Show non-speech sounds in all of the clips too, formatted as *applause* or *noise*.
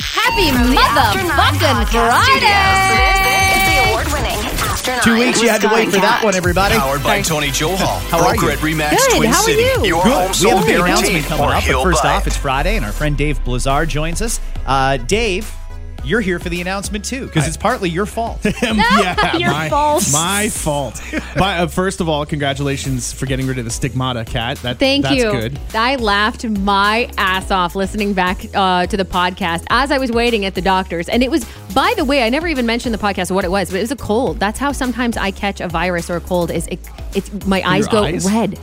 Happy motherfucking Friday! It's the award-winning After Nine. Two weeks you had to wait for that one, everybody. Powered by Tony Johal, How are broker you? at Remax Good, Twin how are City. you? Your Good. home We have sold a big guaranteed, announcement coming or up. But he'll first buy off, it. it's Friday, and our friend Dave Blizzard joins us. Uh, Dave, you're here for the announcement too, because it's partly your *laughs* fault. *laughs* *laughs* yeah, *laughs* Your my, fault. My fault. but uh, first of all, congratulations for getting rid of the stigmata, cat. That Thank that's you. good. I laughed my ass off listening back uh, to the podcast as I was waiting at the doctor's. And it was, by the way, I never even mentioned the podcast what it was, but it was a cold. That's how sometimes I catch a virus or a cold is it, it's my eyes go eyes? red.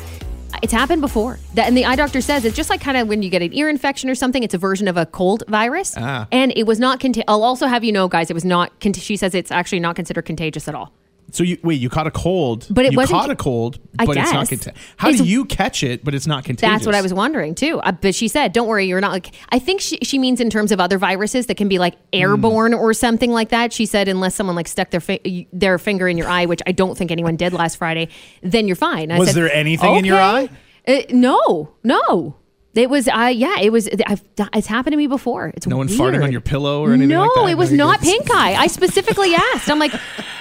It's happened before. That and the eye doctor says it's just like kind of when you get an ear infection or something, it's a version of a cold virus. And it was not conti- I'll also have you know guys, it was not conti- she says it's actually not considered contagious at all. So you wait, you caught a cold, But it you wasn't- caught a cold, I but it's not guess. contagious. How It's- do you catch it, but it's not contagious? That's what I was wondering too. Uh, but she said, "Don't worry, you're not like." I think she, she means in terms of other viruses that can be Hmm. like airborne or something like that. She said, "Unless someone like stuck their fi- their finger in your eye, which I don't think anyone did last Friday, then you're fine." I Was said, there anything in your "Okay." Uh, no, no. It was, uh, yeah, it was. I've, it's happened to me before. It's No one weird. farted on your pillow or anything No, like that? it was Okay, not good. pink eye. I specifically asked. I'm like,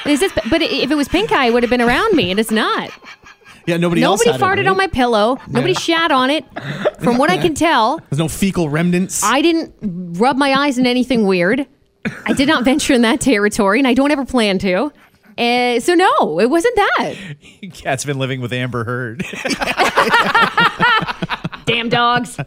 is this? But if it was pink eye, it would have been around me, and it's not. Yeah, nobody, else Nobody had farted it, right? on my pillow. Nobody shat on it. From what I can tell, There's no fecal remnants. I didn't rub my eyes in anything weird. I did not venture in that territory, and I don't ever plan to. Uh, so no, it wasn't that. Cat's been living with Amber Heard. Damn dogs.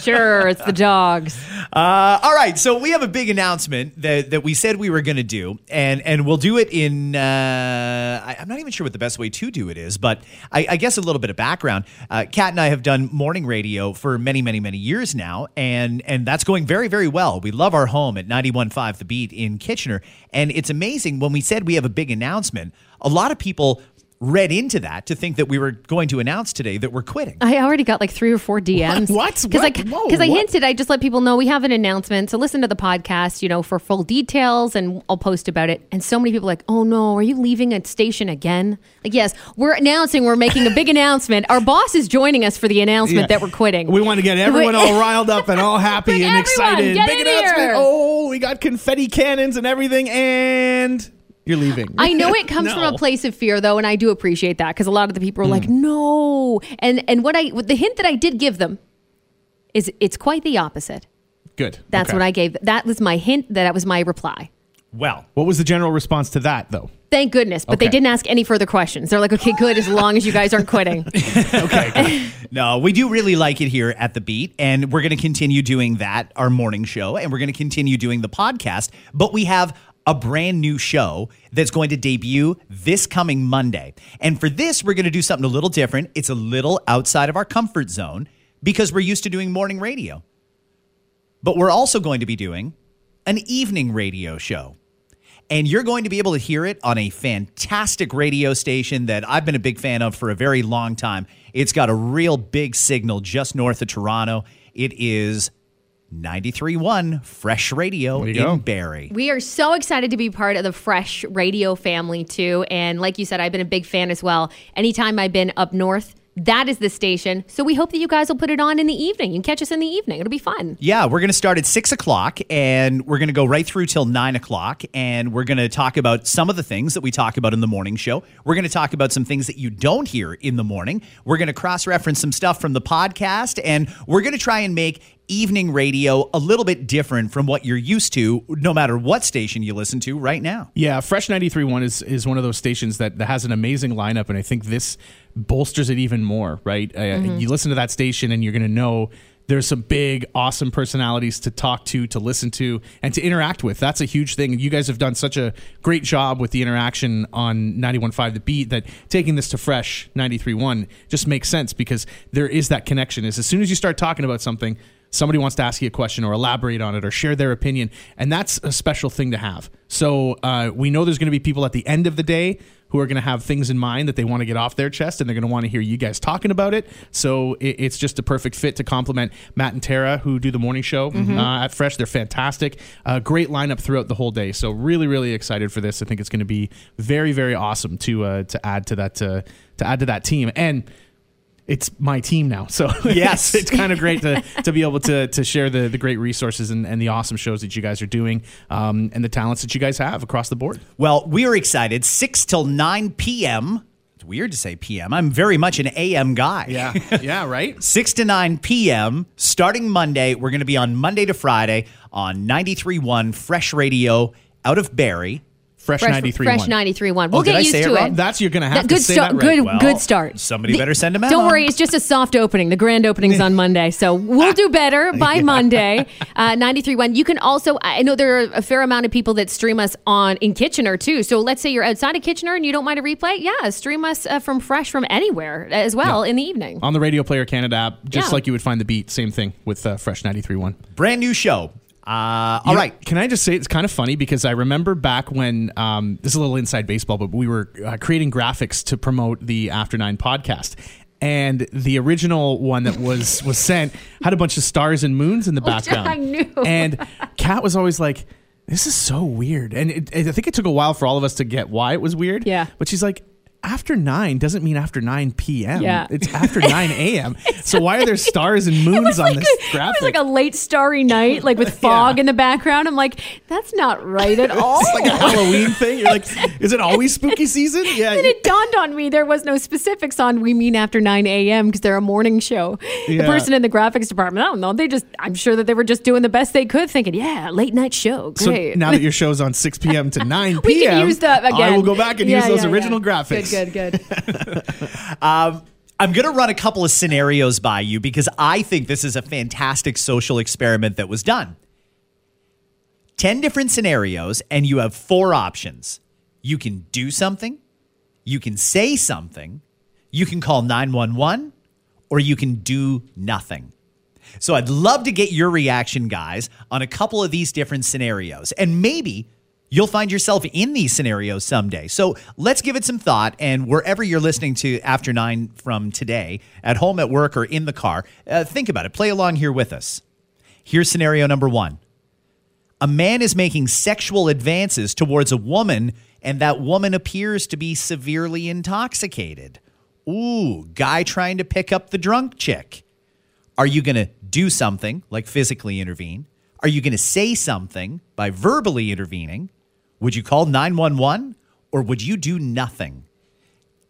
Sure, it's the dogs. Uh, all right, so we have a big announcement that, that we said we were going to do, and and we'll do it in. Uh, I, I'm not even sure what the best way to do it is, but I, I guess a little bit of background. Uh, Kat and I have done morning radio for many, many, many years now, and and that's going very, very well. We love our home at 91.5 The Beat in Kitchener, and it's amazing when we said we have a big announcement. A lot of people read into that to think that we were going to announce today that we're quitting. I already got like three or four DMs. What? Because I, What? Whoa, because I what? hinted, I just let people know we have an announcement. So listen to the podcast, you know, for full details, and I'll post about it. And so many people are like, oh no, are you leaving a station again? Like, yes, we're announcing, we're making a big *laughs* announcement. Our boss is joining us for the announcement Yeah. that we're quitting. We want to get everyone *laughs* all riled up and all happy Like, and everyone, excited. get Big in announcement. here. Oh, we got confetti cannons and everything, and you're leaving. I know it comes *laughs* from No. Hmm. a place of fear though, and I do appreciate that because a lot of the people are like, no, and and what I the hint that I did give them is it's quite the opposite. Good. That's Okay. what I gave. That was my hint. That was my reply. Well, What was the general response to that, though? Thank goodness, but they Okay. didn't ask any further questions. They're like, okay, good, as long as you guys *laughs* aren't quitting. No, we do really like it here at The Beat, and we're going to continue doing that, our morning show, and we're going to continue doing the podcast. But we have a brand new show that's going to debut this coming Monday. And for this, we're going to do something a little different. It's a little outside of our comfort zone because we're used to doing morning radio. But we're also going to be doing an evening radio show. And you're going to be able to hear it on a fantastic radio station that I've been a big fan of for a very long time. It's got a real big signal just north of Toronto. It is 93.1 Fresh Radio in you go. Barrie. We are so excited to be part of the Fresh Radio family too. And like you said, I've been a big fan as well. Anytime I've been up north, that is the station. So we hope that you guys will put it on in the evening. You can catch us in the evening. It'll be fun. Yeah, we're going to start at six o'clock and we're going to go right through till nine o'clock. And we're going to talk about some of the things that we talk about in the morning show. We're going to talk about some things that you don't hear in the morning. We're going to cross reference some stuff from the podcast and we're going to try and make evening radio a little bit different from what you're used to, no matter what station you listen to right now. *laughs* Yeah, Fresh 93.1 is, is one of those stations that, that has an amazing lineup, and I think this bolsters it even more, right? Uh, You listen to that station, and you're going to know there's some big, awesome personalities to talk to, to listen to, and to interact with. That's a huge thing. You guys have done such a great job with the interaction on 91.5 The Beat that taking this to Fresh 93.1 just makes sense because there is that connection. Is As soon as you start talking about something, somebody wants to ask you a question or elaborate on it or share their opinion and that's a special thing to have so uh, we know there's going to be people at the end of the day who are going to have things in mind that they want to get off their chest and they're going to want to hear you guys talking about it so it, it's just a perfect fit to complement matt and tara who do the morning show uh, at fresh they're fantastic uh, great lineup throughout the whole day so really really excited for this i think it's going to be very very awesome to uh, to add to that uh, to add to that team and it's my team now. So *laughs* it's- Yes. it's kind of great to, to be able to, to share the, the great resources and, and the awesome shows that you guys are doing um, and the talents that you guys have across the board. Well, we are excited. 6 till 9 p.m. It's weird to say p.m. I'm very much an a.m. guy. *laughs* *laughs* yeah, right? 6 to 9 p.m. starting Monday. We're going to be on Monday to Friday on 93.1 Fresh Radio out of Barry. Fresh, Fresh, 93 fresh 93.1. We'll Oh, did get I used say it to wrong? it. Oh, That's you're going to have That- to good say start. that right. Good, Well, good start. somebody better send a memo. Don't worry, it's just a soft opening. The grand opening's on Monday, so we'll *laughs* do better by Monday. Uh, 93.1. You can also, I know there are a fair amount of people that stream us on in Kitchener too. So let's say you're outside of Kitchener and you don't mind a replay, yeah, stream us uh, from fresh from anywhere as well in the evening. On the Radio Player Canada app, just Yeah. like you would find the beat, same thing with uh, Fresh 93.1. Brand new show. Uh, all You know, right. Can I just say it's kind of funny because I remember back when um, this is a little inside baseball, but we were uh, creating graphics to promote the After Nine podcast. And the original one that *laughs* was was sent had a bunch of stars and moons in the Oh, yeah, background. I knew. And Kat was always like, "This is so weird." And it, it- I think it took a while for all of us to get why it was weird. Yeah. But she's like. After nine doesn't mean after nine p.m. Yeah. It's after nine *laughs* a.m. so why are there stars and moons on like this a- graphic? It was like a late starry *laughs* night, like with fog in the background. I'm like, that's not right at all. It's like a Halloween thing. You're *laughs* like, is it always spooky season? Yeah. Oh! then it dawned on me there was no specifics on we mean after 9 a.m. because they're a morning show. The Yeah. person in the graphics department, I don't know. They just, I'm sure that they were just doing the best they could, thinking, yeah, late night show. so Great. now that your show's on 6 p.m. to 9 p.m., we can use that again. I will go back and Yeah, use those yeah, yeah. original graphics. Good, good, good. I'm going to run a couple of scenarios by you because I think this is a fantastic social experiment that was done. 10 different scenarios, and you have four options. You can do something, you can say something, you can call 911, or you can do nothing. So I'd love to get your reaction, guys, on a couple of these different scenarios. And maybe you'll find yourself in these scenarios someday. So let's give it some thought. And wherever you're listening to After Nine from today, at home, at work, or in the car, uh, think about it. Play along here with us. Here's scenario number one a man is making sexual advances towards a woman, and that woman appears to be severely intoxicated. Ooh, guy trying to pick up the drunk chick. Are you going to do something, like physically intervene? Are you going to say something by verbally intervening? Would you call 911 or would you do nothing?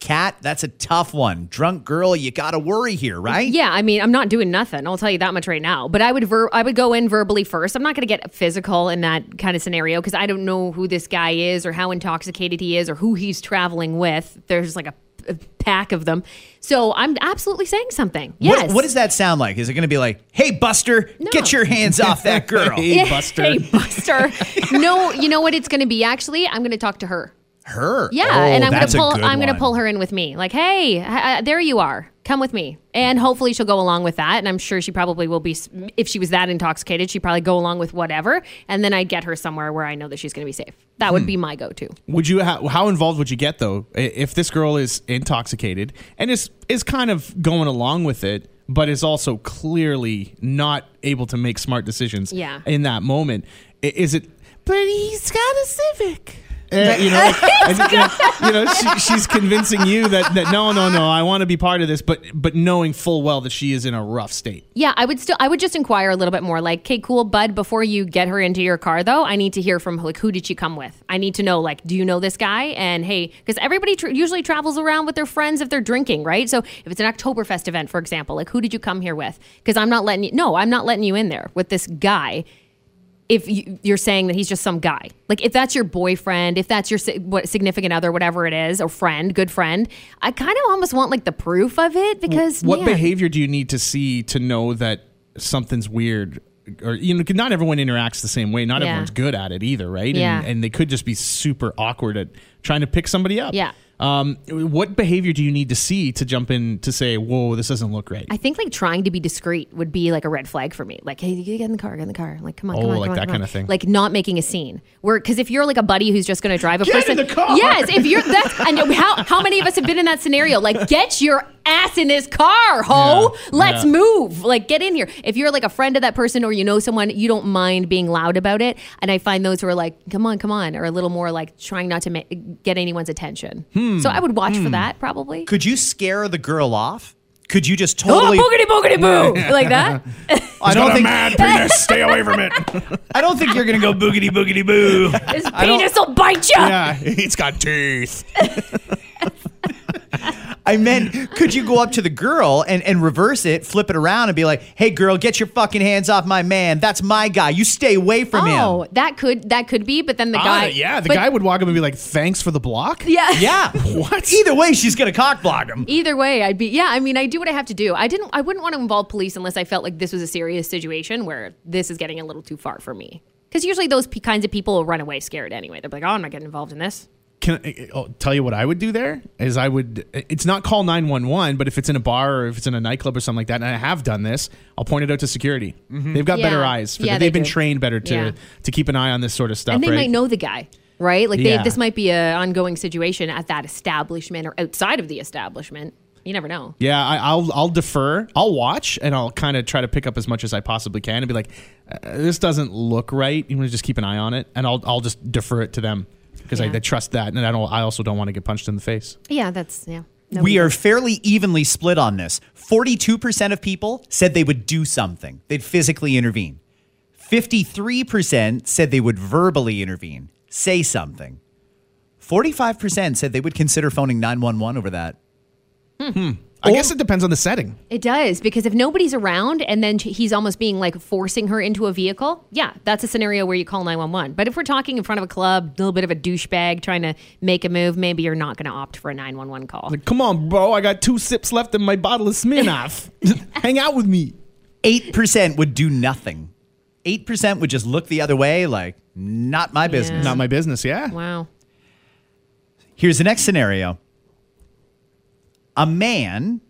Cat, that's a tough one. Drunk girl, you got to worry here, right? Yeah, I mean, I'm not doing nothing. I'll tell you that much right now. But I would ver- I would go in verbally first. I'm not going to get physical in that kind of scenario because I don't know who this guy is or how intoxicated he is or who he's traveling with. There's like a, a pack of them. So I'm absolutely saying something. What- Yes. What, does that sound like? Is it going to be like, hey, Buster, get your hands off *laughs* that girl? Hey, Buster. Hey, *laughs* Buster. no, you know what it's going to be actually? I'm going to talk to her. Her. Yeah, Oh, and I'm going that's to a pull good I'm going one. to pull her in with me. Like, "Hey, h- uh, there you are. Come with me." And hopefully she'll go along with that, and I'm sure she probably will be s- if she was that intoxicated, she'd probably go along with whatever, and then I'd get her somewhere where I know that she's going to be safe. That Hmm. would be my go-to. Would you how, how involved would you get though I- if this girl is intoxicated and is is kind of going along with it, but is also clearly not able to make smart decisions? Yeah. In that moment, I- is it? But he's got a Civic. Eh, you know, and- and, you know she, she's convincing you that, that no, no, no, I want to be part of this, but but knowing full well that she is in a rough state. Yeah, I would still I would just inquire a little bit more like, "Okay, cool, bud, before you get her into your car though, I need to hear from like who did she come with? I need to know like, do you know this guy?" And hey, cuz everybody tr- usually travels around with their friends if they're drinking, right? So if it's an Oktoberfest event, for example, like who did you come here with? Cuz I'm not letting you No, I'm not letting you in there with this guy if you, you're saying that he's just some guy. Like if that's your boyfriend, if that's your si- what, significant other, whatever it is, or friend, good friend, I kind of almost want like the proof of it because what man. behavior do you need to see to know that something's weird or you know not everyone interacts the same way not Yeah. everyone's good at it either right Yeah. and, and they could just be super awkward at trying to pick somebody up Yeah. um, what behavior do you need to see to jump in to say whoa this doesn't look right I think like trying to be discreet would be like a red flag for me. Like, hey, get in the car, get in the car. Like, come on, come Oh, on, like come on, that come kinda on. thing. Like not making a scene. Where because if you're like a buddy who's just going to drive a Get person, in the car! yes. If you're that's and how how many of us have been in that scenario? Like, get your ass in this car, ho. Yeah, Let's yeah. move. Like, get in here. If you're like a friend of that person or you know someone, you don't mind being loud about it. And I find those who are like, come on, come on, are a little more like trying not to ma- Hmm. get anyone's attention. So I would watch for that probably. Could you scare the girl off? could you just Oh, totally? boogity boogity *laughs* boo, like that. I don't think penis. Stay away from it. I don't think you're gonna go boogity boogity boo. *laughs* His I don't- penis will bite you. yeah, *laughs* it's got teeth. I meant, could you go up to the girl and, and reverse it, flip it around, and be like, "Hey, girl, get your fucking hands off my man. That's my guy. You stay away from Oh, him." that could that could be, but then the Ah, guy. yeah, the but- guy would walk up and be like, "Thanks for the block." Yeah. Yeah. What? Either way, she's gonna cock block him. *laughs* Either way, I'd be yeah. I mean, I do what I have to do. I didn't. I wouldn't want to involve police unless I felt like this was a serious situation where this is getting a little too far for me. Because usually those p- kinds of people will run away scared anyway. They're like, oh, I'm not getting involved in this. Can I I'll tell you what I would do there? Is I would. It's not call nine one one, but if it's in a bar or if it's in a nightclub or something like that, and I have done this, I'll point it out to security. They've got Yeah. better eyes. For Yeah, that. they They've been do. trained better to Yeah. to keep an eye on this sort of stuff. and they right? might know the guy, right? Like Yeah. they, this might be an ongoing situation at that establishment or outside of the establishment. You never know. Yeah, I, I'll I'll defer. I'll watch and I'll kind of try to pick up as much as I possibly can and be like, uh, this doesn't look right. You want to just keep an eye on it, and I'll I'll just defer it to them because Yeah. I, I trust that, and I don't. I also don't want to get punched in the face. Yeah, that's yeah. No, We are fairly evenly split on this. 42% of people said they would do something, they'd physically intervene. 53% said they would verbally intervene, say something. 45% said they would consider phoning 911 over that. I guess it depends on the setting. It does because if nobody's around and then she- he's almost being like forcing her into a vehicle, yeah, that's a scenario where you call 911. But if we're talking in front of a club, a little bit of a douchebag trying to make a move, maybe you're not going to opt for a 911 call. Like, come on, bro! I got two sips left in my bottle of *laughs* Smirnoff. Hang out with me. 8% would do nothing. 8% would just look the other way, like, not my business. Not my business. Yeah. Wow. Here's the next scenario a man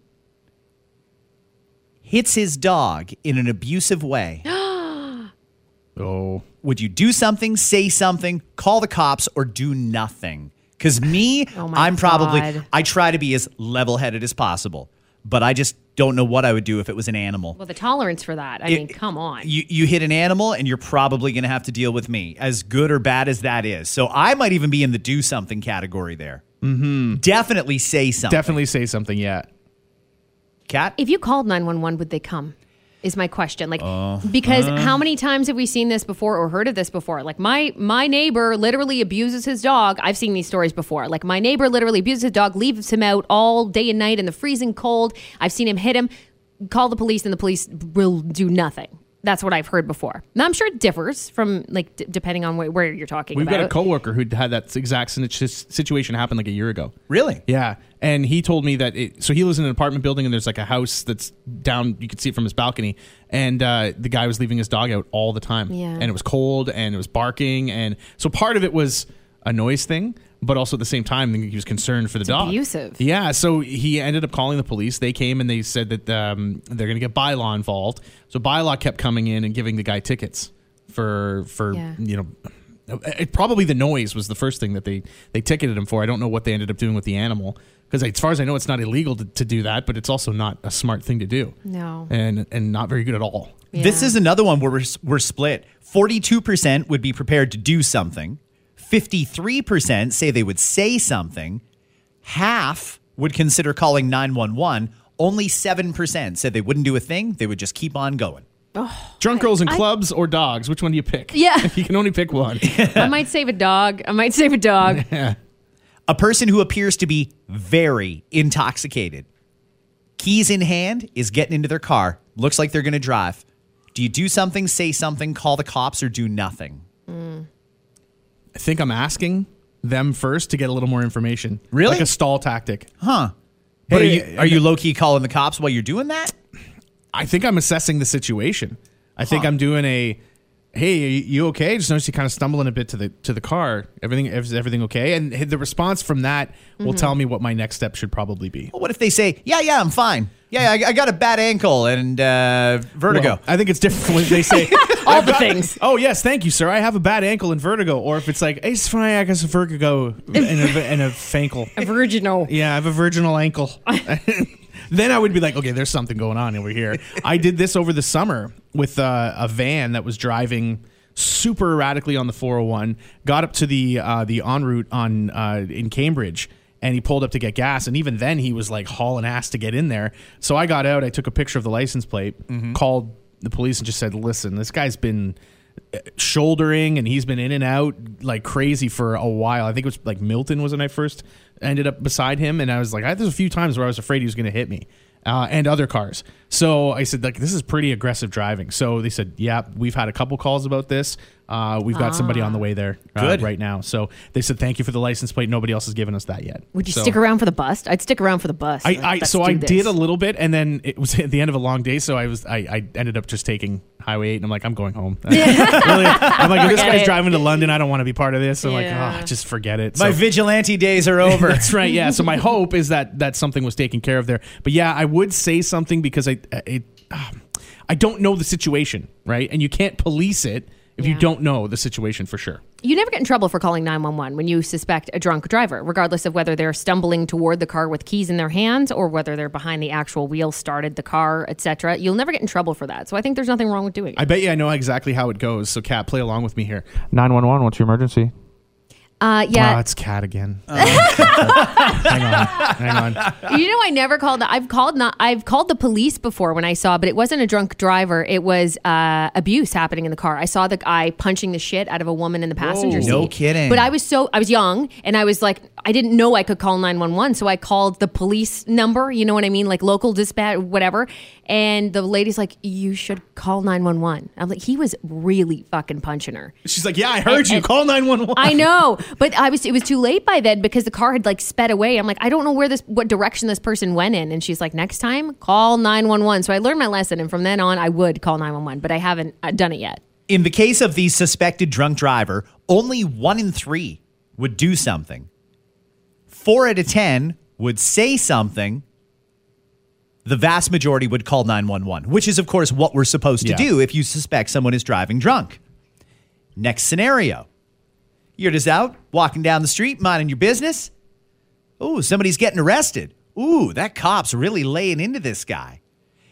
hits his dog in an abusive way. Oh, would you do something, say something, call the cops, or do nothing? Because me, *laughs* Oh my I'm probably, God. I try to be as level headed as possible, but I just don't know what I would do if it was an animal. Well, the tolerance for that. I It- mean, come on. You, you hit an animal and you're probably going to have to deal with me, as good or bad as that is. So I might even be in the do something category there. Mm-hmm. Definitely say something. definitely say something. Yeah. Cat? if you called 911, would they come? Is my question. Like, because how many times have we seen this before or heard of this before? Like, my my neighbor literally abuses his dog. I've seen these stories before. Like, my neighbor literally abuses his dog, leaves him out all day and night in the freezing cold. I've seen him hit him. Call the police, and the police will do nothing. That's what I've heard before. Now, I'm sure it differs from like d- depending on wh- where you're talking We've about. got a coworker who had that exact sin- situation happen like a year ago. really? Yeah, and he told me that. It, so he lives in an apartment building, and there's like a house that's down. You could see it from his balcony, and uh, the guy was leaving his dog out all the time. Yeah. and it was cold, and it was barking, and so part of it was a noise thing, but also at the same time, he was concerned for the dog. abusive. Yeah, so he ended up calling the police. They came and they said that um, they're going to get bylaw involved. So bylaw kept coming in and giving the guy tickets for for Yeah. you know. It, probably the noise was the first thing that they they ticketed him for. I don't know what they ended up doing with the animal because, as far as I know, it's not illegal to, to do that, but it's also not a smart thing to do. No. and and not very good at all. This Yeah. is another one where we're, we're split. 42% would be prepared to do something, 53% say they would say something, half would consider calling 911. Only 7% said they wouldn't do a thing, they would just keep on going. Drunk girls in I- clubs or dogs? Which one do you pick? *laughs* Yeah. you can only pick one. I might save a dog. I might save *laughs* a dog. A person who appears to be very intoxicated, keys in hand, is getting into their car, looks like they're going to drive. Do you do something, say something, call the cops, or do nothing? I think I'm asking them first to get a little more information. Really? like a stall tactic. But Hey, are you, are you low key calling the cops while you're doing that? I think I'm assessing the situation. I think I'm doing a, hey, are you okay? Just noticed you kind of stumbling a bit to the to the car. Everything is everything okay? And the response from that Mm-hmm. will tell me what my next step should probably be. Well, what if they say, yeah, yeah, I'm fine. Yeah, yeah I, I got a bad ankle and uh, vertigo. Well, I think it's different when they say *laughs* All the things. *laughs* Oh yes, thank you, sir. I have a bad ankle and vertigo. Or if it's like, hey, it's fine. I got a vertigo and a, and a *laughs* fankle. Virginal. Yeah, I have a virginal ankle. then I would be like, okay, there's something going on over here. I did this over the summer with uh, a van that was driving oh super erratically on the 401. Got up to the uh, the en route on uh, in Cambridge. and he pulled up to get gas. And even then, he was like hauling ass to get in there. So I got out, I took a picture of the license plate, called the police, and just said, "Listen, this guy's been." uh, Shouldering and he's been in and out like crazy for a while. I think it was like Milton was when I first ended up beside him, and I was like, I, there's a few times where I was afraid he was going to hit me uh, and other cars. So I said, like, this is pretty aggressive driving. So they said, yeah, we've had a couple calls about this. Uh, we've got somebody Ah. on the way there uh, Good. right now. So they said, thank you for the license plate. Nobody else has given us that yet. Would you So- stick around for the bust? I'd stick around for the bust. I, Like, I let's so do I this. did a little bit, and then it was *laughs* at the end of a long day. So I was I, I ended up just taking Highway Eight, and I'm like, I'm going home. *laughs* Really, I'm like, if this Forget guy's it. driving to London. I don't want to be part of this. I'm Yeah. like, oh, just forget it. My So- vigilante days are over. *laughs* That's right. Yeah. So my hope is that that something was taken care of there. But yeah, I would say something because I it ah, I don't know the situation, right? And you can't police it if you Yeah. don't know the situation for sure. You never get in trouble for calling 911 when you suspect a drunk driver, regardless of whether they're stumbling toward the car with keys in their hands or whether they're behind the actual wheel, started the car, etc. You'll never get in trouble for that. So I think there's nothing wrong with doing I it. bet you I know exactly how it goes. So Kat, play along with me here. Nine one one. What's your emergency? Uh, Yeah, yeah, it's Kat *laughs* again. hang on, hang on. you know, I never called. The, I've called not. I've called the police before when I saw, but it wasn't a drunk driver. It was uh, abuse happening in the car. I saw the guy punching the shit out of a woman in the passenger Whoa. *laughs* seat. No kidding. But I was so I was young, and I was like, I didn't know I could call nine one one, so I called the police number. You know what I mean, like local dispatch, whatever. And the lady's like, "You should call nine one one." I'm like, he was really fucking punching her. She's like, yeah, I heard you. and- Call nine one one. I know, but I was it was too late by then because the car had like sped away. I'm like, I don't know where this what direction this person went in. And she's like, next time call 911. So I learned my lesson and from then on I would call 911, but I haven't uh, done it yet. In the case of the suspected drunk driver, only one in three would do something. Four out of 10 would say something. The vast majority would call 911, which is, of course, what we're supposed to Yeah. do if you suspect someone is driving drunk. Next scenario you're just out walking down the street, minding your business. Ooh, somebody's getting arrested. Ooh, that cop's really laying into this guy.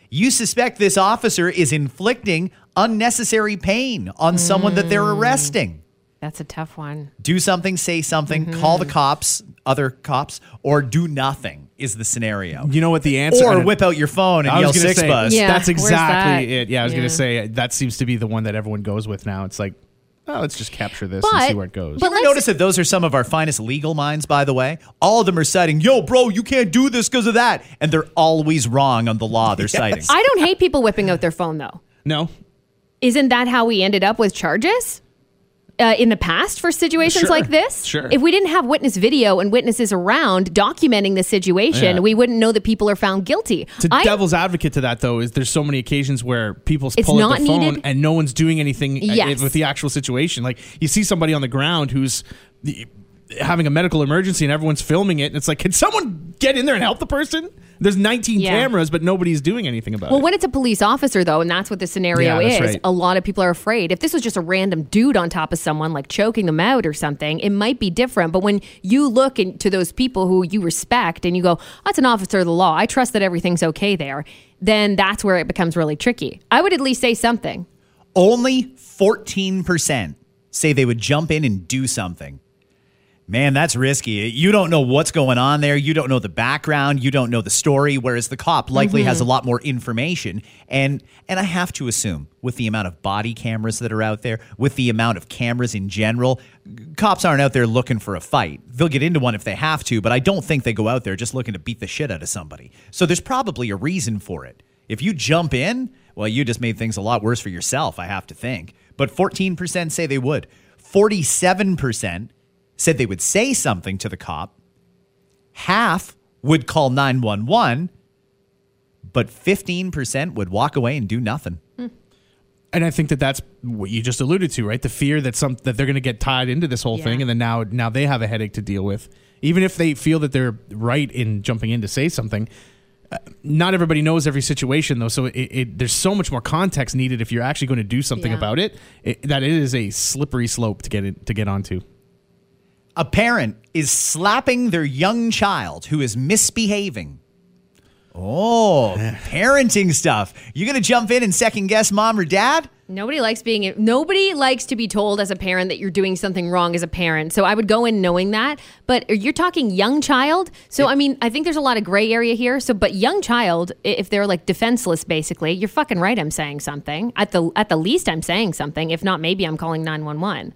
You suspect this officer is inflicting unnecessary pain on someone that they're arresting. That's a tough one. Do something, say something, call the cops, other cops, or do nothing is the scenario. You know what the answer? I or don't- whip out your phone and I yell was gonna six say, buzz. Yeah. That's where's exactly that? it. Yeah, I was Yeah. gonna say that seems to be the one that everyone goes with now. It's like, oh, let's just capture this and But see where it goes. but You let's Notice that those are some of our finest legal minds, by the way. All of them are citing, yo, bro, you can't do this because of that. And they're always wrong on the law they're citing. I don't hate people whipping out their phone though. no, Isn't that how we ended up with charges? Uh, in the past, for situations Sure, like this, sure. if we didn't have witness video and witnesses around documenting the situation, Yeah. we wouldn't know that people are found guilty. to I- devil's advocate to that though is there's so many occasions where people It's pull out not their phone needed. and no one's doing anything uh, Yes. with the actual situation. Like you see somebody on the ground who's the- having a medical emergency and everyone's filming it, and it's like, can someone get in there and help the person? There's 19 Yeah. cameras, but nobody's doing anything about Well, it. when it's a police officer, though, and that's what the scenario Yeah, is, that's right. a lot of people are afraid. If this was just a random dude on top of someone, like choking them out or something, it might be different. But when you look into those people who you respect and you go, that's an officer of the law, I trust that everything's okay there, then that's where it becomes really tricky. I would at least say something. Only 14% say they would jump in and do something. Man, that's risky. You don't know what's going on there. You don't know the background. You don't know the story. Whereas the cop likely has a lot more information. And and I have to assume, with the amount of body cameras that are out there, with the amount of cameras in general, cops aren't out there looking for a fight. They'll get into one if they have to, but I don't think they go out there just looking to beat the shit out of somebody. So there's probably a reason for it. If you jump in, well, you just made things a lot worse for yourself, I have to think. But 14% say they would. 47% said they would say something to the cop. Half would call 911, but 15% would walk away and do nothing. and I think that that's what you just alluded to, right? The fear that some that they're going to get tied into this whole Yeah. thing, and then now now they have a headache to deal with. Even if they feel that they're right in jumping in to say something, uh, not everybody knows every situation though. So it, it, there's so much more context needed if you're actually going to do something Yeah. about it, it. That it is a slippery slope to get it, to get onto. A parent is slapping their young child who is misbehaving. Oh, parenting stuff. You gonna jump in and second guess mom or dad? Nobody likes being nobody likes to be told as a parent that you're doing something wrong as a parent. So I would go in knowing that, but you're talking young child. So I mean, I think there's a lot of gray area here. So but young child i- if they're like defenseless basically, you're fucking right I'm saying something. At the at the least I'm saying something. If not maybe I'm calling 911.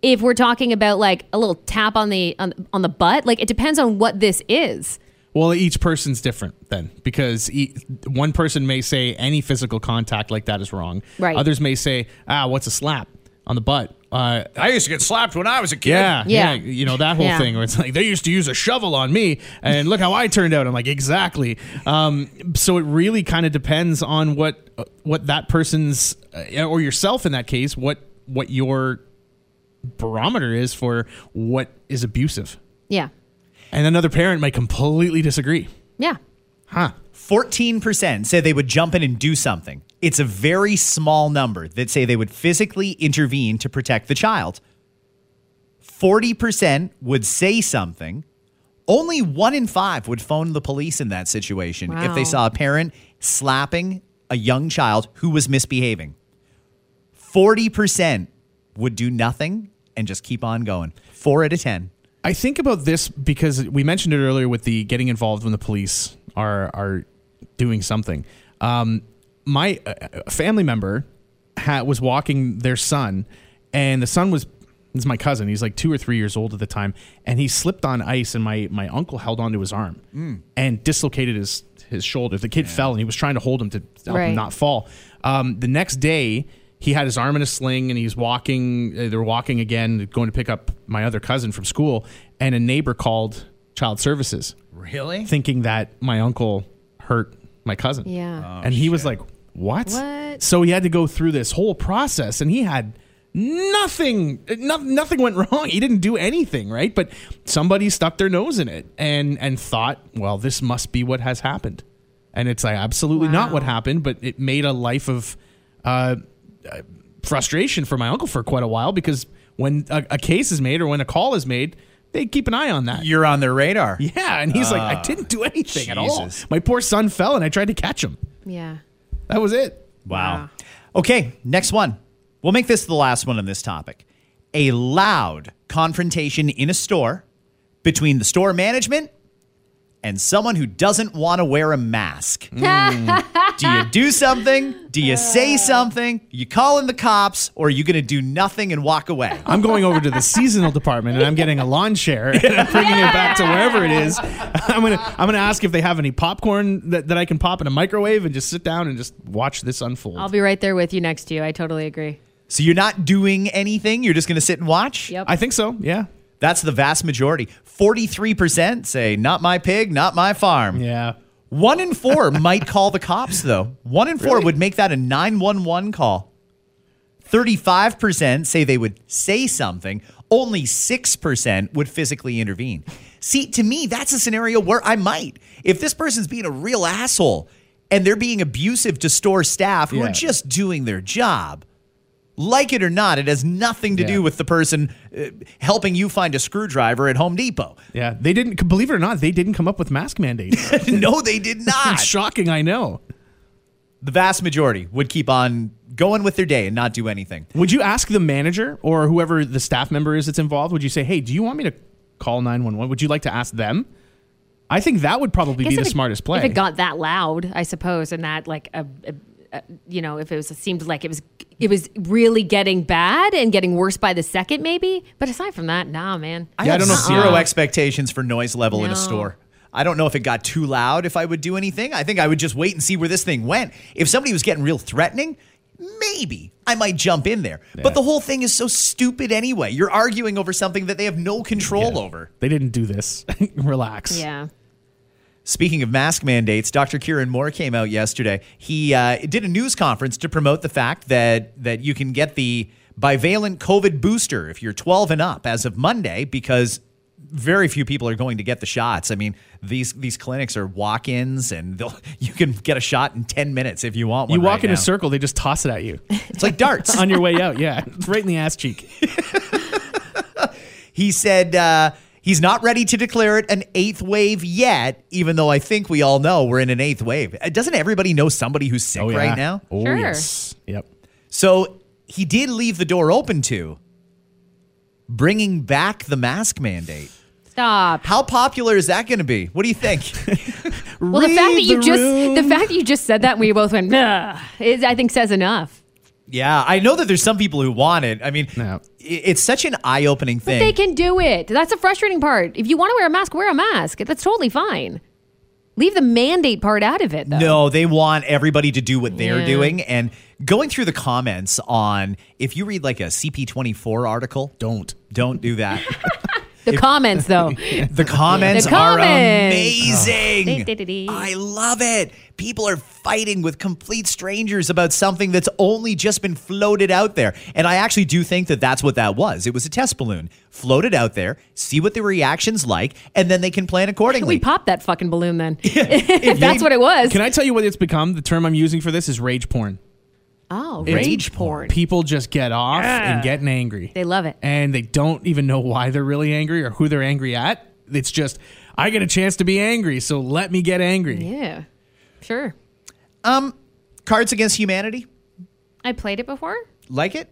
If we're talking about like a little tap on the on, on the butt, like it depends on what this is. Well, each person's different then, because e- one person may say any physical contact like that is wrong. Right. Others may say, ah, what's a slap on the butt? Uh, I used to get slapped when I was a kid. yeah, Yeah. yeah, you know that whole Yeah. thing where it's like they used to use a shovel on me, and look how I turned out. I'm like, exactly. Um, so it really kind of depends on what uh, what that person's uh, or yourself in that case, what what your barometer is for what is abusive, Yeah. and another parent might completely disagree. Yeah. Huh. 14% say they would jump in and do something. It's a very small number that say they would physically intervene to protect the child. 40% would say something. Only one in five would phone the police in that situation if Wow. they saw a parent slapping a young child who was misbehaving. 40% would do nothing and just keep on going. Four out of 10. I think about this because we mentioned it earlier with the getting involved when the police are are doing something. Um, my uh, a family member ha was walking their son, and the son was this is my cousin. He's like two or three years old at the time, and he slipped on ice, and my my uncle held onto his arm and dislocated his his shoulder. The kid fell, and he was trying to hold him to help Right. him not fall. Um, the next day, he had his arm in a sling and he's walking. uh, They're walking again, going to pick up my other cousin from school. And a neighbor called child services, Really? thinking that my uncle hurt my cousin. Yeah. and he was like, what? What? So he had to go through this whole process and he had nothing, no, nothing went *laughs* wrong. He didn't do anything, right? But somebody stuck their nose in it and, and thought, well, this must be what has happened. And it's like, absolutely not Wow. what happened, but it made a life of uh, uh, frustration for my uncle for quite a while because when a, a case is made or when a call is made, they keep an eye on that. You're on their radar. yeah, and he's like, I didn't do anything at all. Jesus. My poor son fell, and I tried to catch him. Yeah. That was it. Wow. Okay, next one. We'll make this the last one on this topic. A loud confrontation in a store between the store management and someone who doesn't want to wear a mask. *laughs* do you *laughs* Uh. do something? Do you say something? You call in the cops or are you going to do nothing and walk away? I'm going over to the seasonal department and I'm getting a lawn chair and I'm bringing it back to wherever it is. *laughs* I'm gonna I'm gonna ask if they have any popcorn that, that I can pop in a microwave and just sit down and just watch this unfold. I'll be right there with you next to you. I totally agree. So you're not doing anything, you're just going to sit and watch? Yep. I think so. Yeah. That's the vast majority. 43% say not my pig, not my farm. Yeah. One in *laughs* four might call the cops, though. One in four would make that a 911 call. 35% say they would say something. Only 6% would physically intervene. See, to me, that's a scenario where I might. If this person's being a real asshole and they're being abusive to store staff who Yeah. are just doing their job, like it or not, it has nothing to Yeah. do with the person uh, helping you find a screwdriver at Home Depot. *laughs* Yeah. They didn't believe it or not, they didn't come up with mask *laughs* mandates. no, they did not. *laughs* It's shocking, I know. the vast majority would keep on going with their day and not do anything. Would you ask the manager or whoever the staff member is that's involved? Would you say, "Hey, do you want me to call 911? Would you like to ask them?" I think that would probably be Guess the if it- smartest play. If it got that loud, I suppose, and that like a, a, a you know, if it was it seemed like it was it was really getting bad and getting worse by the second, maybe. But aside from that, nah, man. I Yeah, I have don't know. zero Uh-uh. expectations for noise level in No. a store. I don't know if it got too loud, if I would do anything. I think I would just wait and see where this thing went. If somebody was getting real threatening, maybe I might jump in there. But the whole thing is so stupid anyway. You're arguing over something that they have no control over. They didn't do this. *laughs* Relax. yeah. Speaking of mask mandates, Dr. Kieran Moore came out yesterday. He uh, did a news conference to promote the fact that that you can get the bivalent COVID booster if you're 12 and up as of Monday because very few people are going to get the shots. I mean, these these clinics are walk-ins and they'll, *laughs* you can get a shot in 10 minutes if you want one. You walk right in now. a circle, they just toss it at you It's like darts. *laughs* on your way out. Yeah, right in the ass cheek. He said uh, he He's not ready to declare it an eighth wave yet, even though I think we all know we're in an eighth wave. Uh, Doesn't everybody know somebody who's sick Oh, yeah. right now? Oh, Sure. yes. Yep. So he did leave the door open to bringing back the mask mandate. Stop. How popular is that going to be? What do you think? Well, the fact that Read you the just room. the fact that you just said that and we both went, "Ugh," is, I think says enough. yeah, I know that there's some people who want it. I mean, No. i- it's such an eye-opening thing. They can do it. That's the frustrating part. If you want to wear a mask, wear a mask. That's totally fine. Leave the mandate part out of it, though. No, they want everybody to do what they're Yeah. doing. And going through the comments on if you read like a CP24 article, Don't. don't do that. The comments, *laughs* though. the comments Oh. The are comments. amazing. Dee-dee-dee. I love it. People are fighting with complete strangers about something that's only just been floated out there. And I actually do think that that's what that was. It was a test balloon floated out there, see what the reaction's like, and then they can plan accordingly. we popped that fucking balloon then. *laughs* *laughs* if that's what it was. Can I tell you what it's become? The term I'm using for this is rage porn. oh, It's- rage porn. People just get off and getting angry. They love it. And they don't even know why they're really angry or who they're angry at. It's just, I get a chance to be angry, so let me get angry. Yeah, sure. Cards Against Humanity, I played it before. like it?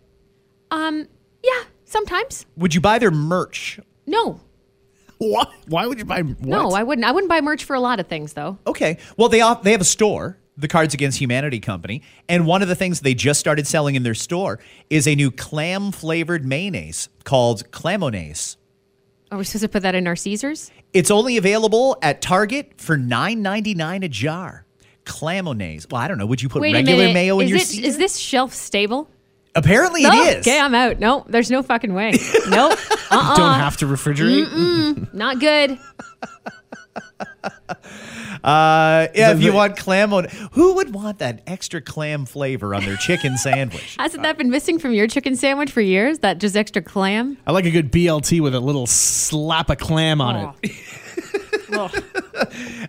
Um, yeah, sometimes. Would you buy their merch? No, What? Why would you buy what? no, I wouldn't. I wouldn't buy merch for a lot of things, though. Okay. Well, they off, they have a store, the Cards Against Humanity company, and one of the things they just started selling in their store is a new clam flavored mayonnaise called Clamonaise. Are we supposed to put that in our Caesars? It's only available at Target for nine ninety nine a jar. Clamonaise. Well, I don't know. Would you put Wait a regular minute. mayo in is your? it- Caesar? is this shelf stable? Apparently, Oh, it is. Okay, I'm out. No, there's no *laughs* fucking way. Nope. Uh-uh. Don't have to refrigerate. Not good. Uh, yeah, if The- you the- want clam on, who would want that extra clam flavor on their *laughs* chicken sandwich? Hasn't that been missing from your chicken sandwich for years? That just extra clam? I like a good BLT with a little slap of clam on it.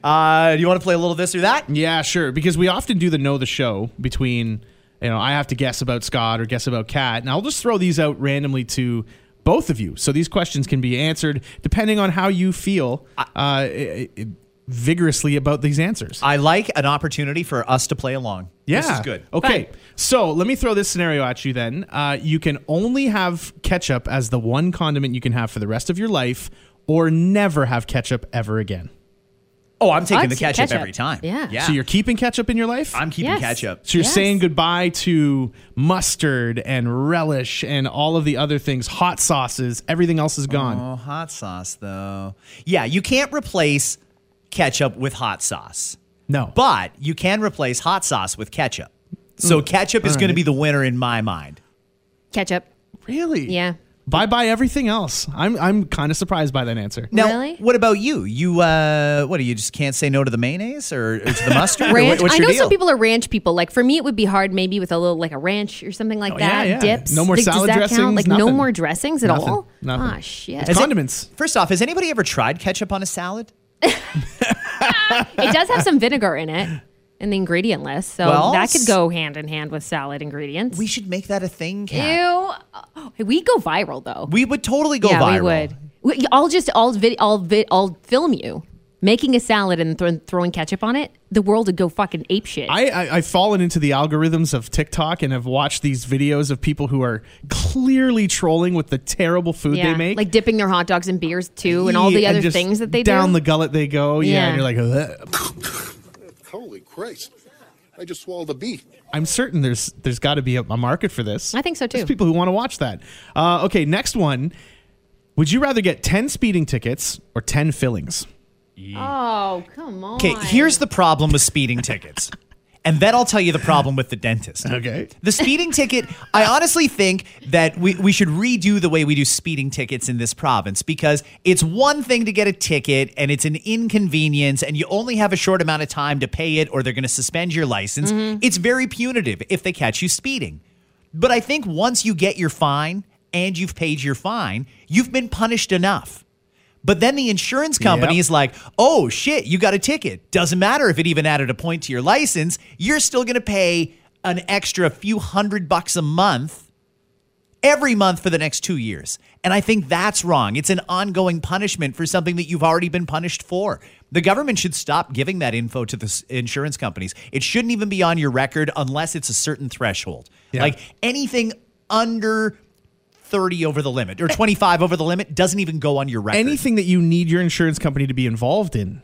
Uh, do you want to play a little this or that? Yeah, sure. Because we often do the know the show between, you know, I have to guess about Scott or guess about Kat. And I'll just throw these out randomly to both of you. So these questions can be answered depending on how you feel uh, i- i- vigorously about these answers. I like an opportunity for us to play along. yeah. This is good. Okay. Fine. So let me throw this scenario at you then. Uh, you can only have ketchup as the one condiment you can have for the rest of your life or never have ketchup ever again. Oh, I'm taking I'd the say ketchup, ketchup. every time. Yeah. yeah. So you're keeping ketchup in your life? I'm keeping Yes. ketchup. So you're Yes. saying goodbye to mustard and relish and all of the other things, hot sauces, everything else is gone. Uh-huh. Oh, hot sauce though. Yeah, you can't replace ketchup with hot sauce, no. but you can replace hot sauce with ketchup. So ketchup is going to be the winner in my mind. Ketchup. really? Yeah. Bye bye everything else. I'm I'm kind of surprised by that answer. Now, Really? what about you? You uh, what? do You just can't say no to the mayonnaise or, or *laughs* to the mustard? or what- Ranch. what's I your know deal? some people are ranch people. Like for me, it would be hard maybe with a little like a ranch or something like Oh, yeah, that. yeah. Dips. No more like, does salad that count? dressings, Like no nothing. more dressings at Nothing, all. nothing. Ah, shit. It's condiments. First off, has anybody ever tried ketchup on a salad? it does have some vinegar in it in the ingredient list, so Well, that could s- go hand in hand with salad ingredients. We should make that a thing. Ew. Kat. Oh, we go viral though. We would totally go yeah, viral. we would. We, I'll just I'll vid, I'll vid, I'll film you making a salad and thro- throwing ketchup on it. The world would go fucking ape shit. I, I I've fallen into the algorithms of TikTok and have watched these videos of people who are clearly trolling with the terrible food yeah, they make. like dipping their hot dogs in beers too, and all the Yeah, other just things that they down do. the gullet they go. Yeah, Yeah. and you're like, "Ugh." Holy Christ. I just swallowed a bee. I'm certain there's there's got to be a, a market for this. I think so, There's too. people who want to watch that. Uh, okay, next one. Would you rather get ten speeding tickets or ten fillings? oh come on. Okay, here's the problem with speeding tickets. And then I'll tell you the problem with the dentist. Okay. The speeding ticket, I honestly think that we, we should redo the way we do speeding tickets in this province because it's one thing to get a ticket and it's an inconvenience and you only have a short amount of time to pay it or they're going to suspend your license. It's very punitive if they catch you speeding. But I think once you get your fine and you've paid your fine, you've been punished enough. But then the insurance company Yep. is like, oh shit, you got a ticket. Doesn't matter if it even added a point to your license, you're still going to pay an extra few hundred bucks a month. every month for the next two years. And I think that's wrong. It's an ongoing punishment for something that you've already been punished for. The government should stop giving that info to the s- insurance companies. It shouldn't even be on your record unless it's a certain threshold. Yeah. Like anything under 30 over the limit or 25 over the limit doesn't even go on your record. Anything that you need your insurance company to be involved in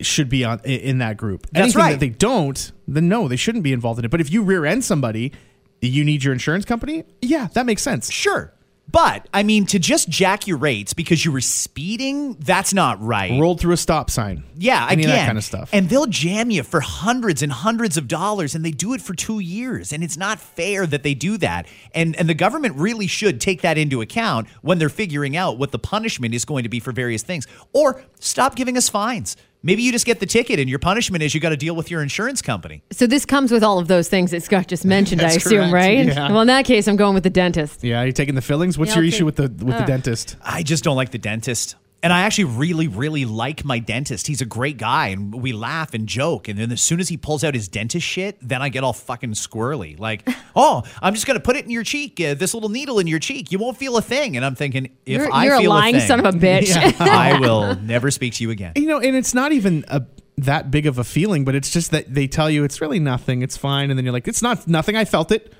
should be on i- in that group. That's Anything right. that they don't, then no, they shouldn't be involved in it. But if you rear end somebody, you need your insurance company? Yeah, that makes sense. Sure. But I mean, to just jack your rates because you were speeding, that's not right. Rolled through a stop sign. yeah, Any again, of that kind of stuff. And they'll jam you for hundreds and hundreds of dollars, and they do it for two years, and it's not fair that they do that. And and the government really should take that into account when they're figuring out what the punishment is going to be for various things, or stop giving us fines. Maybe you just get the ticket, and your punishment is you got to deal with your insurance company. So this comes with all of those things that Scott just mentioned, I That's assume, correct. right? Yeah. Well, in that case, I'm going with the dentist. yeah, you're taking the fillings. What's Yeah, your okay. Uh. issue with the with the dentist? I just don't like the dentist. And I actually really, really like my dentist. He's a great guy, and we laugh and joke. And then as soon as he pulls out his dentist shit, then I get all fucking squirrely. *laughs* Like, oh, I'm just gonna put it in your cheek, uh, this little needle in your cheek. You won't feel a thing. And I'm thinking, if You're- I you're a feel lying thing, son *laughs* of a bitch. *laughs* Yeah. I will never speak to you again. You know, and it's not even a that big of a feeling, but it's just that they tell you it's really nothing, it's fine, and then you're like, it's not nothing. I felt it.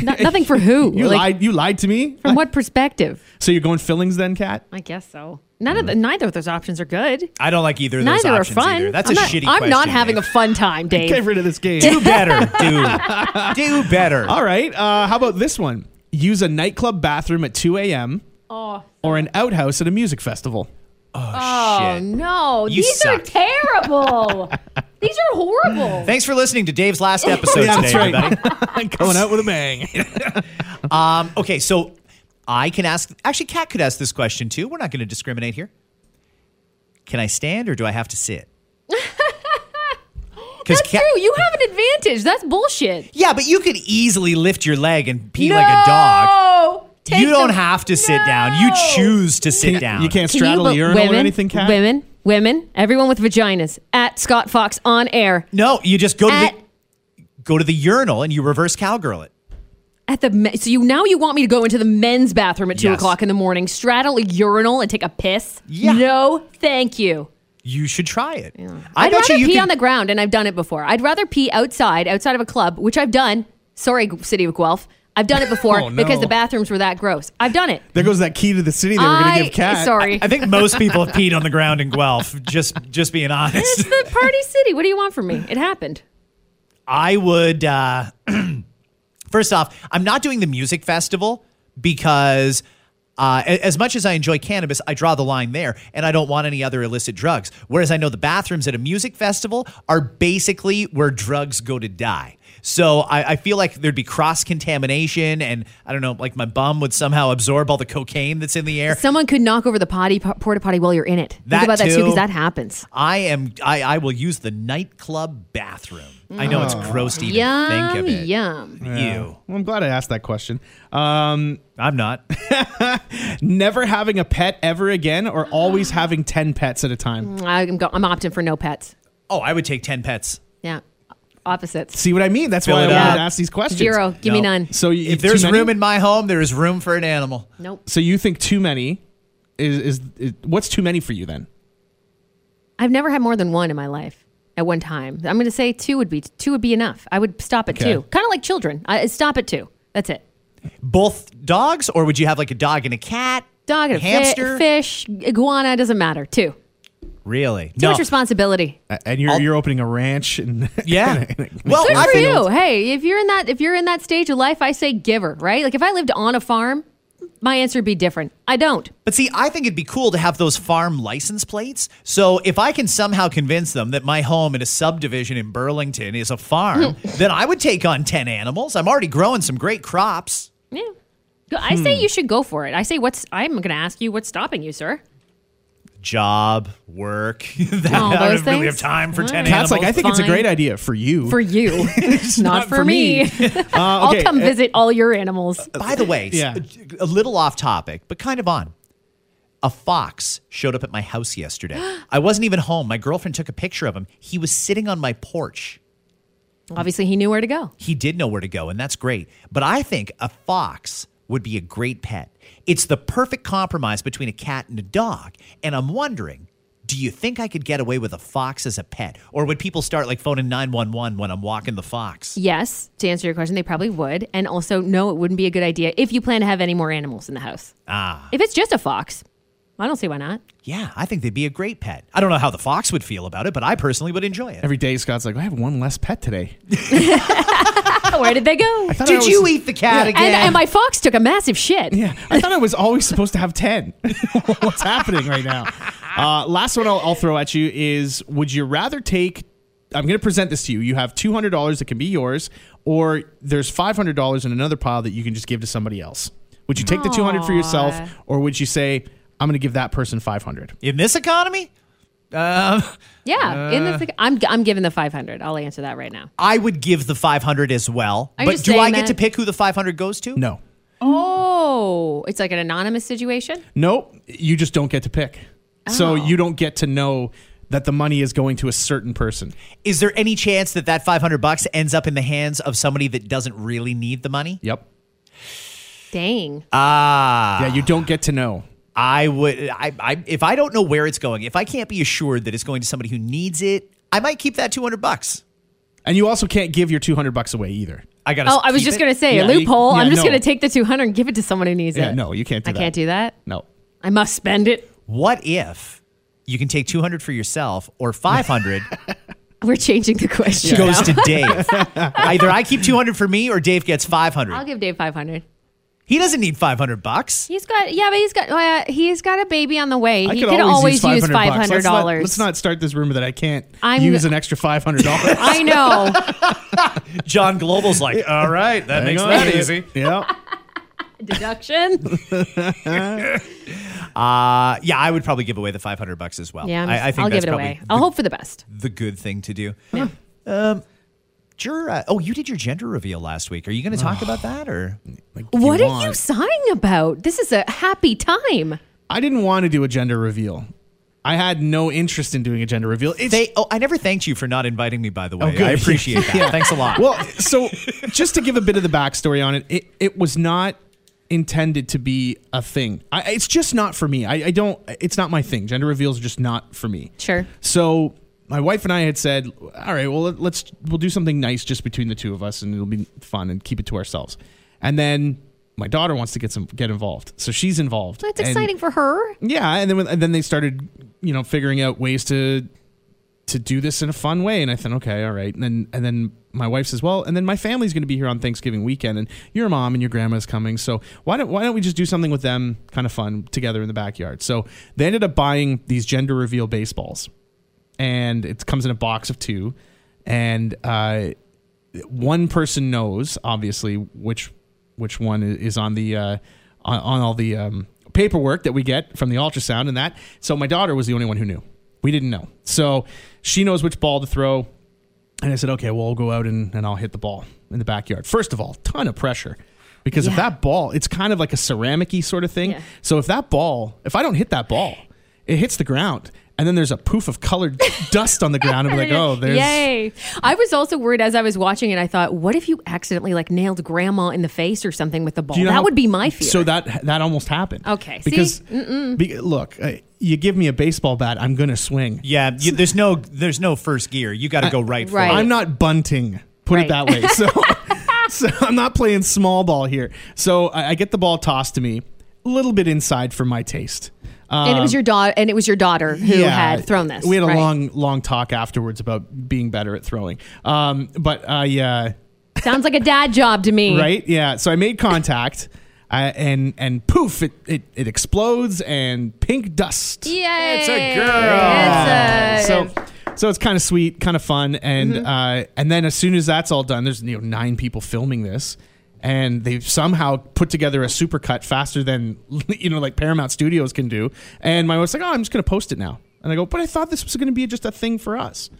No- nothing for who? You Like, lied. You lied to me. Uh, From what perspective? So you're going fillings then, Kat? I guess so. None of the, neither of those options are good. I don't like either of those Neither are options fun. either. That's I'm a not, shitty. I'm not question, having Dave. a *laughs* fun time, Dave. Get rid of this game. Do *laughs* better, dude. Do better. *laughs* All right. Uh, how about this one? Use a nightclub bathroom at 2 a.m. or an outhouse at a music festival. Oh no, You these are suck. terrible. *laughs* these are horrible. Thanks for listening to Dave's *laughs* last episode Yeah, today, that's right. everybody. *laughs* Going *laughs* out with a *laughs* bang. Okay, so I can ask. Actually, Kat could ask this question too. We're not going to discriminate here. Can I stand or do I have to *laughs* sit? Because That's true. You have an advantage. That's bullshit. Yeah, but you could easily lift your leg and pee like a dog. No! Take you don't the- have to sit down. You No! choose to sit down. You can't Can straddle the you, but urinal women, or anything, Kat? Women, women, everyone with vaginas at Scott Fox on air No, you just go to at the go to the urinal and you reverse cowgirl it. at the me- so you now you want me to go into the men's bathroom at two Yes. o'clock in the morning, straddle a urinal and take a piss? Yeah. No, thank you. You should try it. I would bet rather you you pee could- on the ground, and I've done it before. I'd rather pee outside, outside of a club, which I've done. Sorry, G- city of Guelph. I've *laughs* done it before Oh, no. because the bathrooms were that gross. I've done it. There goes that key to the city they were going to I give Kat. *laughs* sorry. *laughs* I think most people *laughs* have peed on the ground in Guelph. Just just being it's *laughs* honest. the party city. What do you want from me? It happened. I would. Uh, *clears throat* first off, I'm not doing the music festival because. Uh, a- as much as I enjoy cannabis, I draw the line there, and I don't want any other illicit drugs. Whereas I know the bathrooms at a music festival are basically where drugs go to die. So I, I feel like there'd be cross contamination, and I don't know, like my bum would somehow absorb all the cocaine that's in the air. Someone could knock over the potty po- porta potty while you're in it. That Think about that too, too. because that happens. I am. I, I will use the nightclub bathroom. I know it's gross to even think Oh. of Yum, it. yum. Ew. Well, I'm glad I asked that question. Um, I'm not. *laughs* never having a pet ever again or always having 10 pets at a time. I'm go- I'm opting for no pets. Oh, I would take 10 pets. Yeah, opposites. See what I mean? That's Fill why I it wanted up. to ask these questions. Zero. Give me No. none. So Oh, you, If there's too many? room in my home, there is room for an animal. nope. So you think too many is, is is what's too many for you then? I've never had more than one in my life at one time. I'm going to say two would be two would be enough. I would stop at Okay. two, kind of like children. I, I stop at two. That's it. Both dogs, or would you have like a dog and a cat? Dog and a fi- hamster? fish, iguana doesn't matter. Two. Really? Too much responsibility. And you're you're opening a ranch *laughs* and Yeah. well, Good I for think- you. Hey, if you're in that if you're in that stage of life, I say giver. Right? Like if I lived on a farm, my answer would be different. I don't. But see, I think it'd be cool to have those farm license plates. So if I can somehow convince them that my home in a subdivision in Burlington is a *laughs* farm, then I would take on 10 animals. I'm already growing some great crops. Yeah. Go- I say you should go for it. I say what's I'm going to ask you what's stopping you, sir? Job, work. *laughs* that, All I those don't really have things? time for 10 Alright. animals. Cat's like I think it's a Fine. great idea for you. For *laughs* you, not, for, me. Uh, *laughs* I'll okay. come Uh, visit all your animals. By the way, uh, Yeah. a little off topic, but kind of on. A fox showed up at my house yesterday. I wasn't even home. My girlfriend took a picture of him. He was sitting on my porch. Obviously, he knew where to go. He did know where to go, and that's great. But I think a fox would be a great pet. It's the perfect compromise between a cat and a dog. And I'm wondering, do you think I could get away with a fox as a pet? Or would people start like phoning 911 when I'm walking the fox? Yes, to answer your question, they probably would. And also, no, it wouldn't be a good idea if you plan to have any more animals in the house. Ah. If it's just a fox, I don't see why not. Yeah, I think they'd be a great pet. I don't know how the fox would feel about it, but I personally would enjoy it. Every day, Scott's like, I have one less pet today. Oh, where did they *laughs* go? I thought I Did was- you eat the cat again? And, and my fox took a massive shit. Yeah, I thought I was always supposed to have 10. *laughs* What's happening right now? Uh, last one I'll, I'll throw at you is Would you rather take. I'm going to present this to you. You have $200 that can be yours, or there's $500 in another pile that you can just give to somebody else. Would you take the 200 for yourself, Aw. or would you say, I'm going to give that person 500? In this economy? Yeah, in the, I'm I'm giving the 500. I'll answer that right now. I would give the 500 as well. Are you but just do I saying get that? to pick who the 500 goes to? No. Oh, it's like an anonymous situation. Nope. You just don't get to pick. So you don't get to know that the money is going to a certain person. Is there any chance that that 500 bucks ends up in the hands of somebody that doesn't really need the money? Yep. Dang. yeah, you don't get to know. I would I, I if I don't know where it's going, if I can't be assured that it's going to somebody who needs it, I might keep that 200 bucks. And you also can't give your 200 bucks away either. I got oh, I was just gonna say Yeah, a you- loophole. yeah, I'm just no. gonna take the 200 and give it to someone who needs Yeah, it. no, you can't do I that. can't do that. No. I must spend it. What if you can take 200 for yourself or *laughs* 500 We're changing the question. now. goes to Dave? Either I keep 200 for me or Dave gets 500. I'll give Dave 500. he doesn't need 500 bucks. He's got yeah, but he's got uh, he's got a baby on the way. I he could could always, use bucks. five hundred Let's not- dollars. Let's not start this rumor that I can't I'm- use an extra five hundred *laughs* dollars. I know. John Global's like, "All right, that Hang makes on. that easy." yeah. *laughs* Deduction. Uh, yeah, I would probably give away the 500 bucks as well. Yeah, I'm, I, I think will that's give it probably away. the, I'll hope for the best. the good thing to do. Um, your, uh, oh, you did your gender reveal last week. Are you going to *sighs* talk about that or? What You are you want- sighing about? This is a happy time. I didn't want to do a gender reveal. I had no interest in doing a gender reveal. It's They, oh, I never thanked you for not inviting me. By the way, Oh, good. I *laughs* appreciate that. Thanks a *laughs* lot. well, so just to give a bit of the backstory on it, it, it was not intended to be a thing. I, it's just not for me. I, I don't. It's not my thing. Gender reveals are just not for me. Sure. So my wife and I had said, "All right, well, let's we'll do something nice just between the two of us, and it'll be fun and keep it to ourselves." And then my daughter wants to get some get involved, so she's involved. That's And- exciting for her. yeah, and then when- and then they started, you know, figuring out ways to to do this in a fun way. And I thought, okay, all right. And then and then my wife says, well, and then my family's going to be here on Thanksgiving weekend, and your mom and your grandma's coming, so why don't why don't we just do something with them, kind of fun together in the backyard? So they ended up buying these gender reveal baseballs, and it comes in a box of two, and uh, one person knows obviously which which one i- is on the uh, on, on all the um, paperwork that we get from the ultrasound and that. So my daughter was the only one who knew. We didn't know, so she knows which ball to throw. And I said, okay, well, I'll go out and, and I'll hit the ball in the backyard. First of all, ton of pressure because if Yeah. that ball, it's kind of like a ceramic-y sort of thing. Yeah. So if that ball, if I don't hit that ball, it hits the ground. And then there's a poof of colored *laughs* dust on the ground. *laughs* I'm like, oh, there's Yay. I was also worried as I was watching it. I thought, what if you accidentally like nailed grandma in the face or something with the ball? Do you know that how- would be my fear. So that that almost happened. Okay, see? Because be- look, uh, you give me a baseball bat, I'm gonna swing. yeah, you, there's no, there's no first gear. You got to go right. For Right. it. I'm not bunting. Put it that Right. *laughs* way. So, *laughs* so I'm not playing small ball here. So I, I get the ball tossed to me, a little bit inside for my taste. and it was your daughter and it was your daughter who had thrown this. We had a right? long, long talk afterwards about being better at throwing. Um, but I. Uh, Sounds like a dad job to me. right yeah so i made contact I, and and poof it, it it explodes and pink dust Yay. Oh, It's a girl. It's Mm-hmm. so a- so it's kind of sweet kind of fun and uh and then as soon as that's all done there's you know nine people filming this and they've somehow put together a supercut faster than *laughs* you know like paramount studios can do and my wife's like oh i'm just gonna post it now and i go but i thought this was gonna be just a thing for us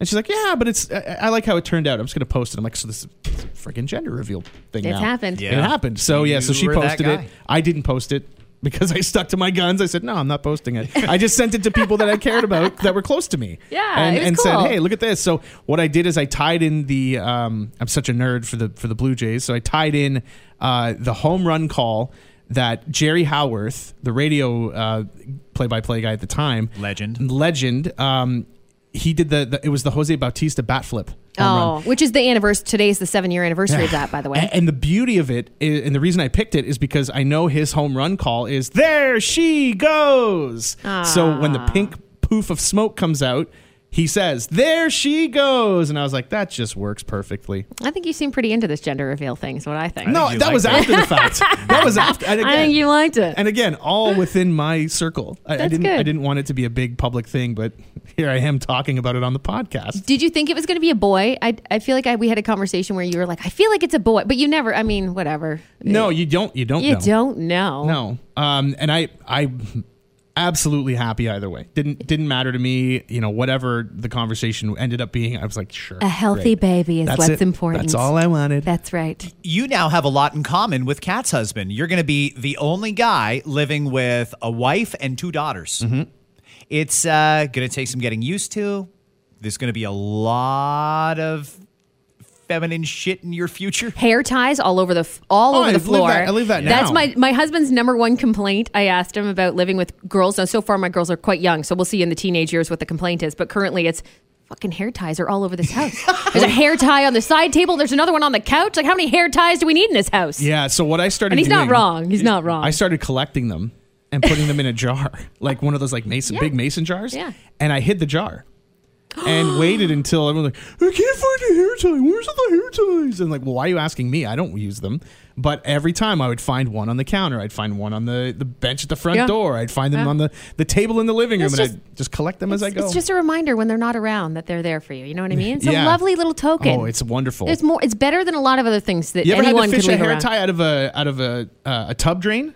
and she's like, "Yeah, but it's I, I like how it turned out. I'm just gonna post it." I'm like, "So this is a freaking gender reveal thing. now. It's happened. It Yeah. happened. So yeah, so You she were that posted it. guy. I didn't post it. because I stuck to my guns. I said, no, I'm not posting it. I just sent it to people that I cared about that were close to me. Yeah, and, it was and cool. said, hey, look at this. So what I did is I tied in the. Um, I'm such a nerd for the for the Blue Jays. So I tied in uh, the home run call that Jerry Howarth, the radio uh, play-by-play guy at the time, Legend. legend. Um, he did the, the. It was the Jose Bautista bat flip. home run. Oh, which is the anniversary. Today is the seven year anniversary of that, by the way. And, and the beauty of it, i- and the reason I picked it is because I know his home run call is "There she goes." So when the pink poof of smoke comes out, he says "There she goes," and I was like, "That just works perfectly." I think you seem pretty into this gender reveal thing, is what I think. No, you that like was that. after the fact. that *laughs* was after. And I again, think you liked it. and again, all within my circle. I, I That's didn't. I good. didn't want it to be a big public thing, but here I am talking about it on the podcast. Did you think it was going to be a boy? I, I feel like I, we had a conversation where you were like, I feel like it's a boy, but you never, I mean, whatever. No, you don't. You don't. You know. don't know. No. Um, and I I absolutely happy either way. Didn't didn't matter to me, you know, whatever the conversation ended up being. I was like, sure. A healthy baby is That's what's it. important. That's all I wanted. That's right. You now have a lot in common with Kat's husband. You're going to be the only guy living with a wife and two daughters. It's uh, going to take some getting used to. There's going to be a lot of feminine shit in your future. Hair ties all over the f- all Oh, over I the leave floor. that- I leave that That's now. my my husband's number one complaint. I asked him about living with girls. Now, so far, my girls are quite young, so we'll see in the teenage years what the complaint is. But currently, it's fucking hair ties are all over this *laughs* house. There's a hair tie on the side table. There's another one on the couch. Like, how many hair ties do we need in this house? yeah, so what I started And he's not doing- wrong. He's not wrong. I started collecting them and putting them in a jar. *laughs* Like one of those like mason Yeah. big mason jars. Yeah. And I hid the jar. *gasps* and waited until everyone's like, I can't find a hair tie. Where's all the hair ties? And like, well, why are you asking me? I don't use them. But every time I would find one on the counter. I'd find one on the, the bench at the front Yeah. door. I'd find them Yeah. on the, the table in the living room. It's and just- I'd just collect them as I go. It's just a reminder when they're not around that they're there for you. You know what I mean? It's a Yeah. lovely little token. Oh, it's wonderful. It's more. It's better than a lot of other things that you ever had anyone to fish could a leave hair around. tie out of a out of a uh, a tub *laughs* drain?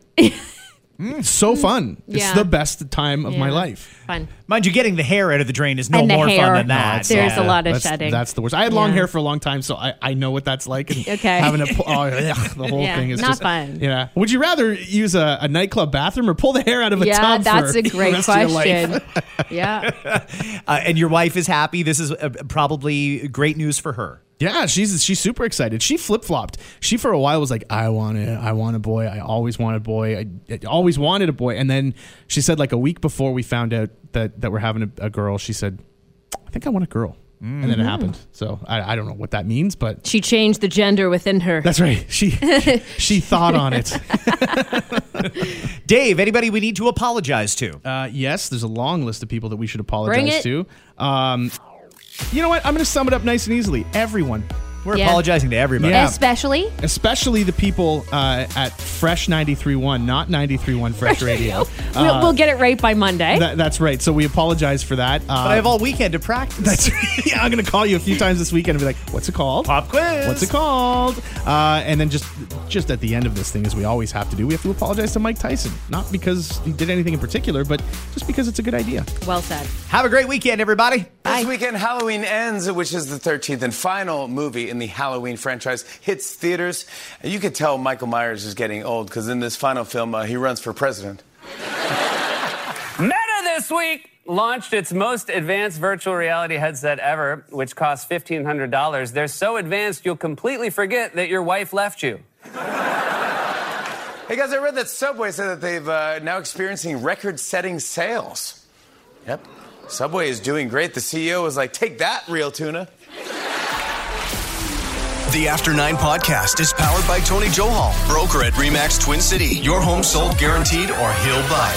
Mm, so fun. Yeah. It's the best time of my Yeah. life. Fun. Mind you, getting the hair out of the drain is no And the more hair. fun than that. No, There's a lot of that's, shedding. That's the worst. I had long Yeah. hair for a long time, so I, I know what that's like. And *laughs* Okay. Having a pull, oh, ugh, the whole Yeah, thing is not just, fun. Yeah. Would you rather use a, a nightclub bathroom or pull the hair out of a Yeah, tub? that's for *laughs* a the great rest of your life? question. *laughs* yeah. Uh, and your wife is happy. This is uh, probably great news for her. Yeah, she's she's super excited. She flip flopped. She for a while was like, "I want it. I want a boy. I always wanted a boy. I, I always wanted a boy." And then she said, like a week before we found out that that we're having a, a girl, she said, "I think I want a girl." And Mm-hmm. then it happened. So I, I don't know what that means, but *laughs* She changed the gender within her. that's right. *laughs* She she, she thought on it. Dave, anybody we need to apologize to? Uh, yes, there's a long list of people that we should apologize Bring it. to. Um, you know what? I'm going to sum it up nice and easily. Everyone, We're yeah. apologizing to everybody. Yeah. Especially. especially the people uh, at Fresh 93.1, not 93.1 Fresh Radio. we'll, we'll get it right by Monday. Uh, That, that's right. So we apologize for that. Uh, But I *laughs* have all weekend to practice. That's yeah, I'm going to call you a few times this weekend and be like, what's it called? Pop quiz. What's it called? Uh, and then just just at the end of this thing, as we always have to do, we have to apologize to Mike Tyson. Not because he did anything in particular, but just because it's a good idea. well said. Have a great weekend, everybody. This weekend, Halloween Ends, which is the 13th and final movie in the Halloween franchise, hits theaters. And you could tell Michael Myers is getting old because in this final film, uh, he runs for president. Meta this week launched its most advanced virtual reality headset ever, which costs $1,500. They're so advanced, you'll completely forget that your wife left you. Hey guys, I read that Subway said that they've uh, now experiencing record-setting sales. Yep, Subway is doing great. The CEO was like, "Take that, real tuna." The After Nine Podcast is powered by Tony Johal, broker at REMAX Twin City. Your home sold guaranteed or he'll buy.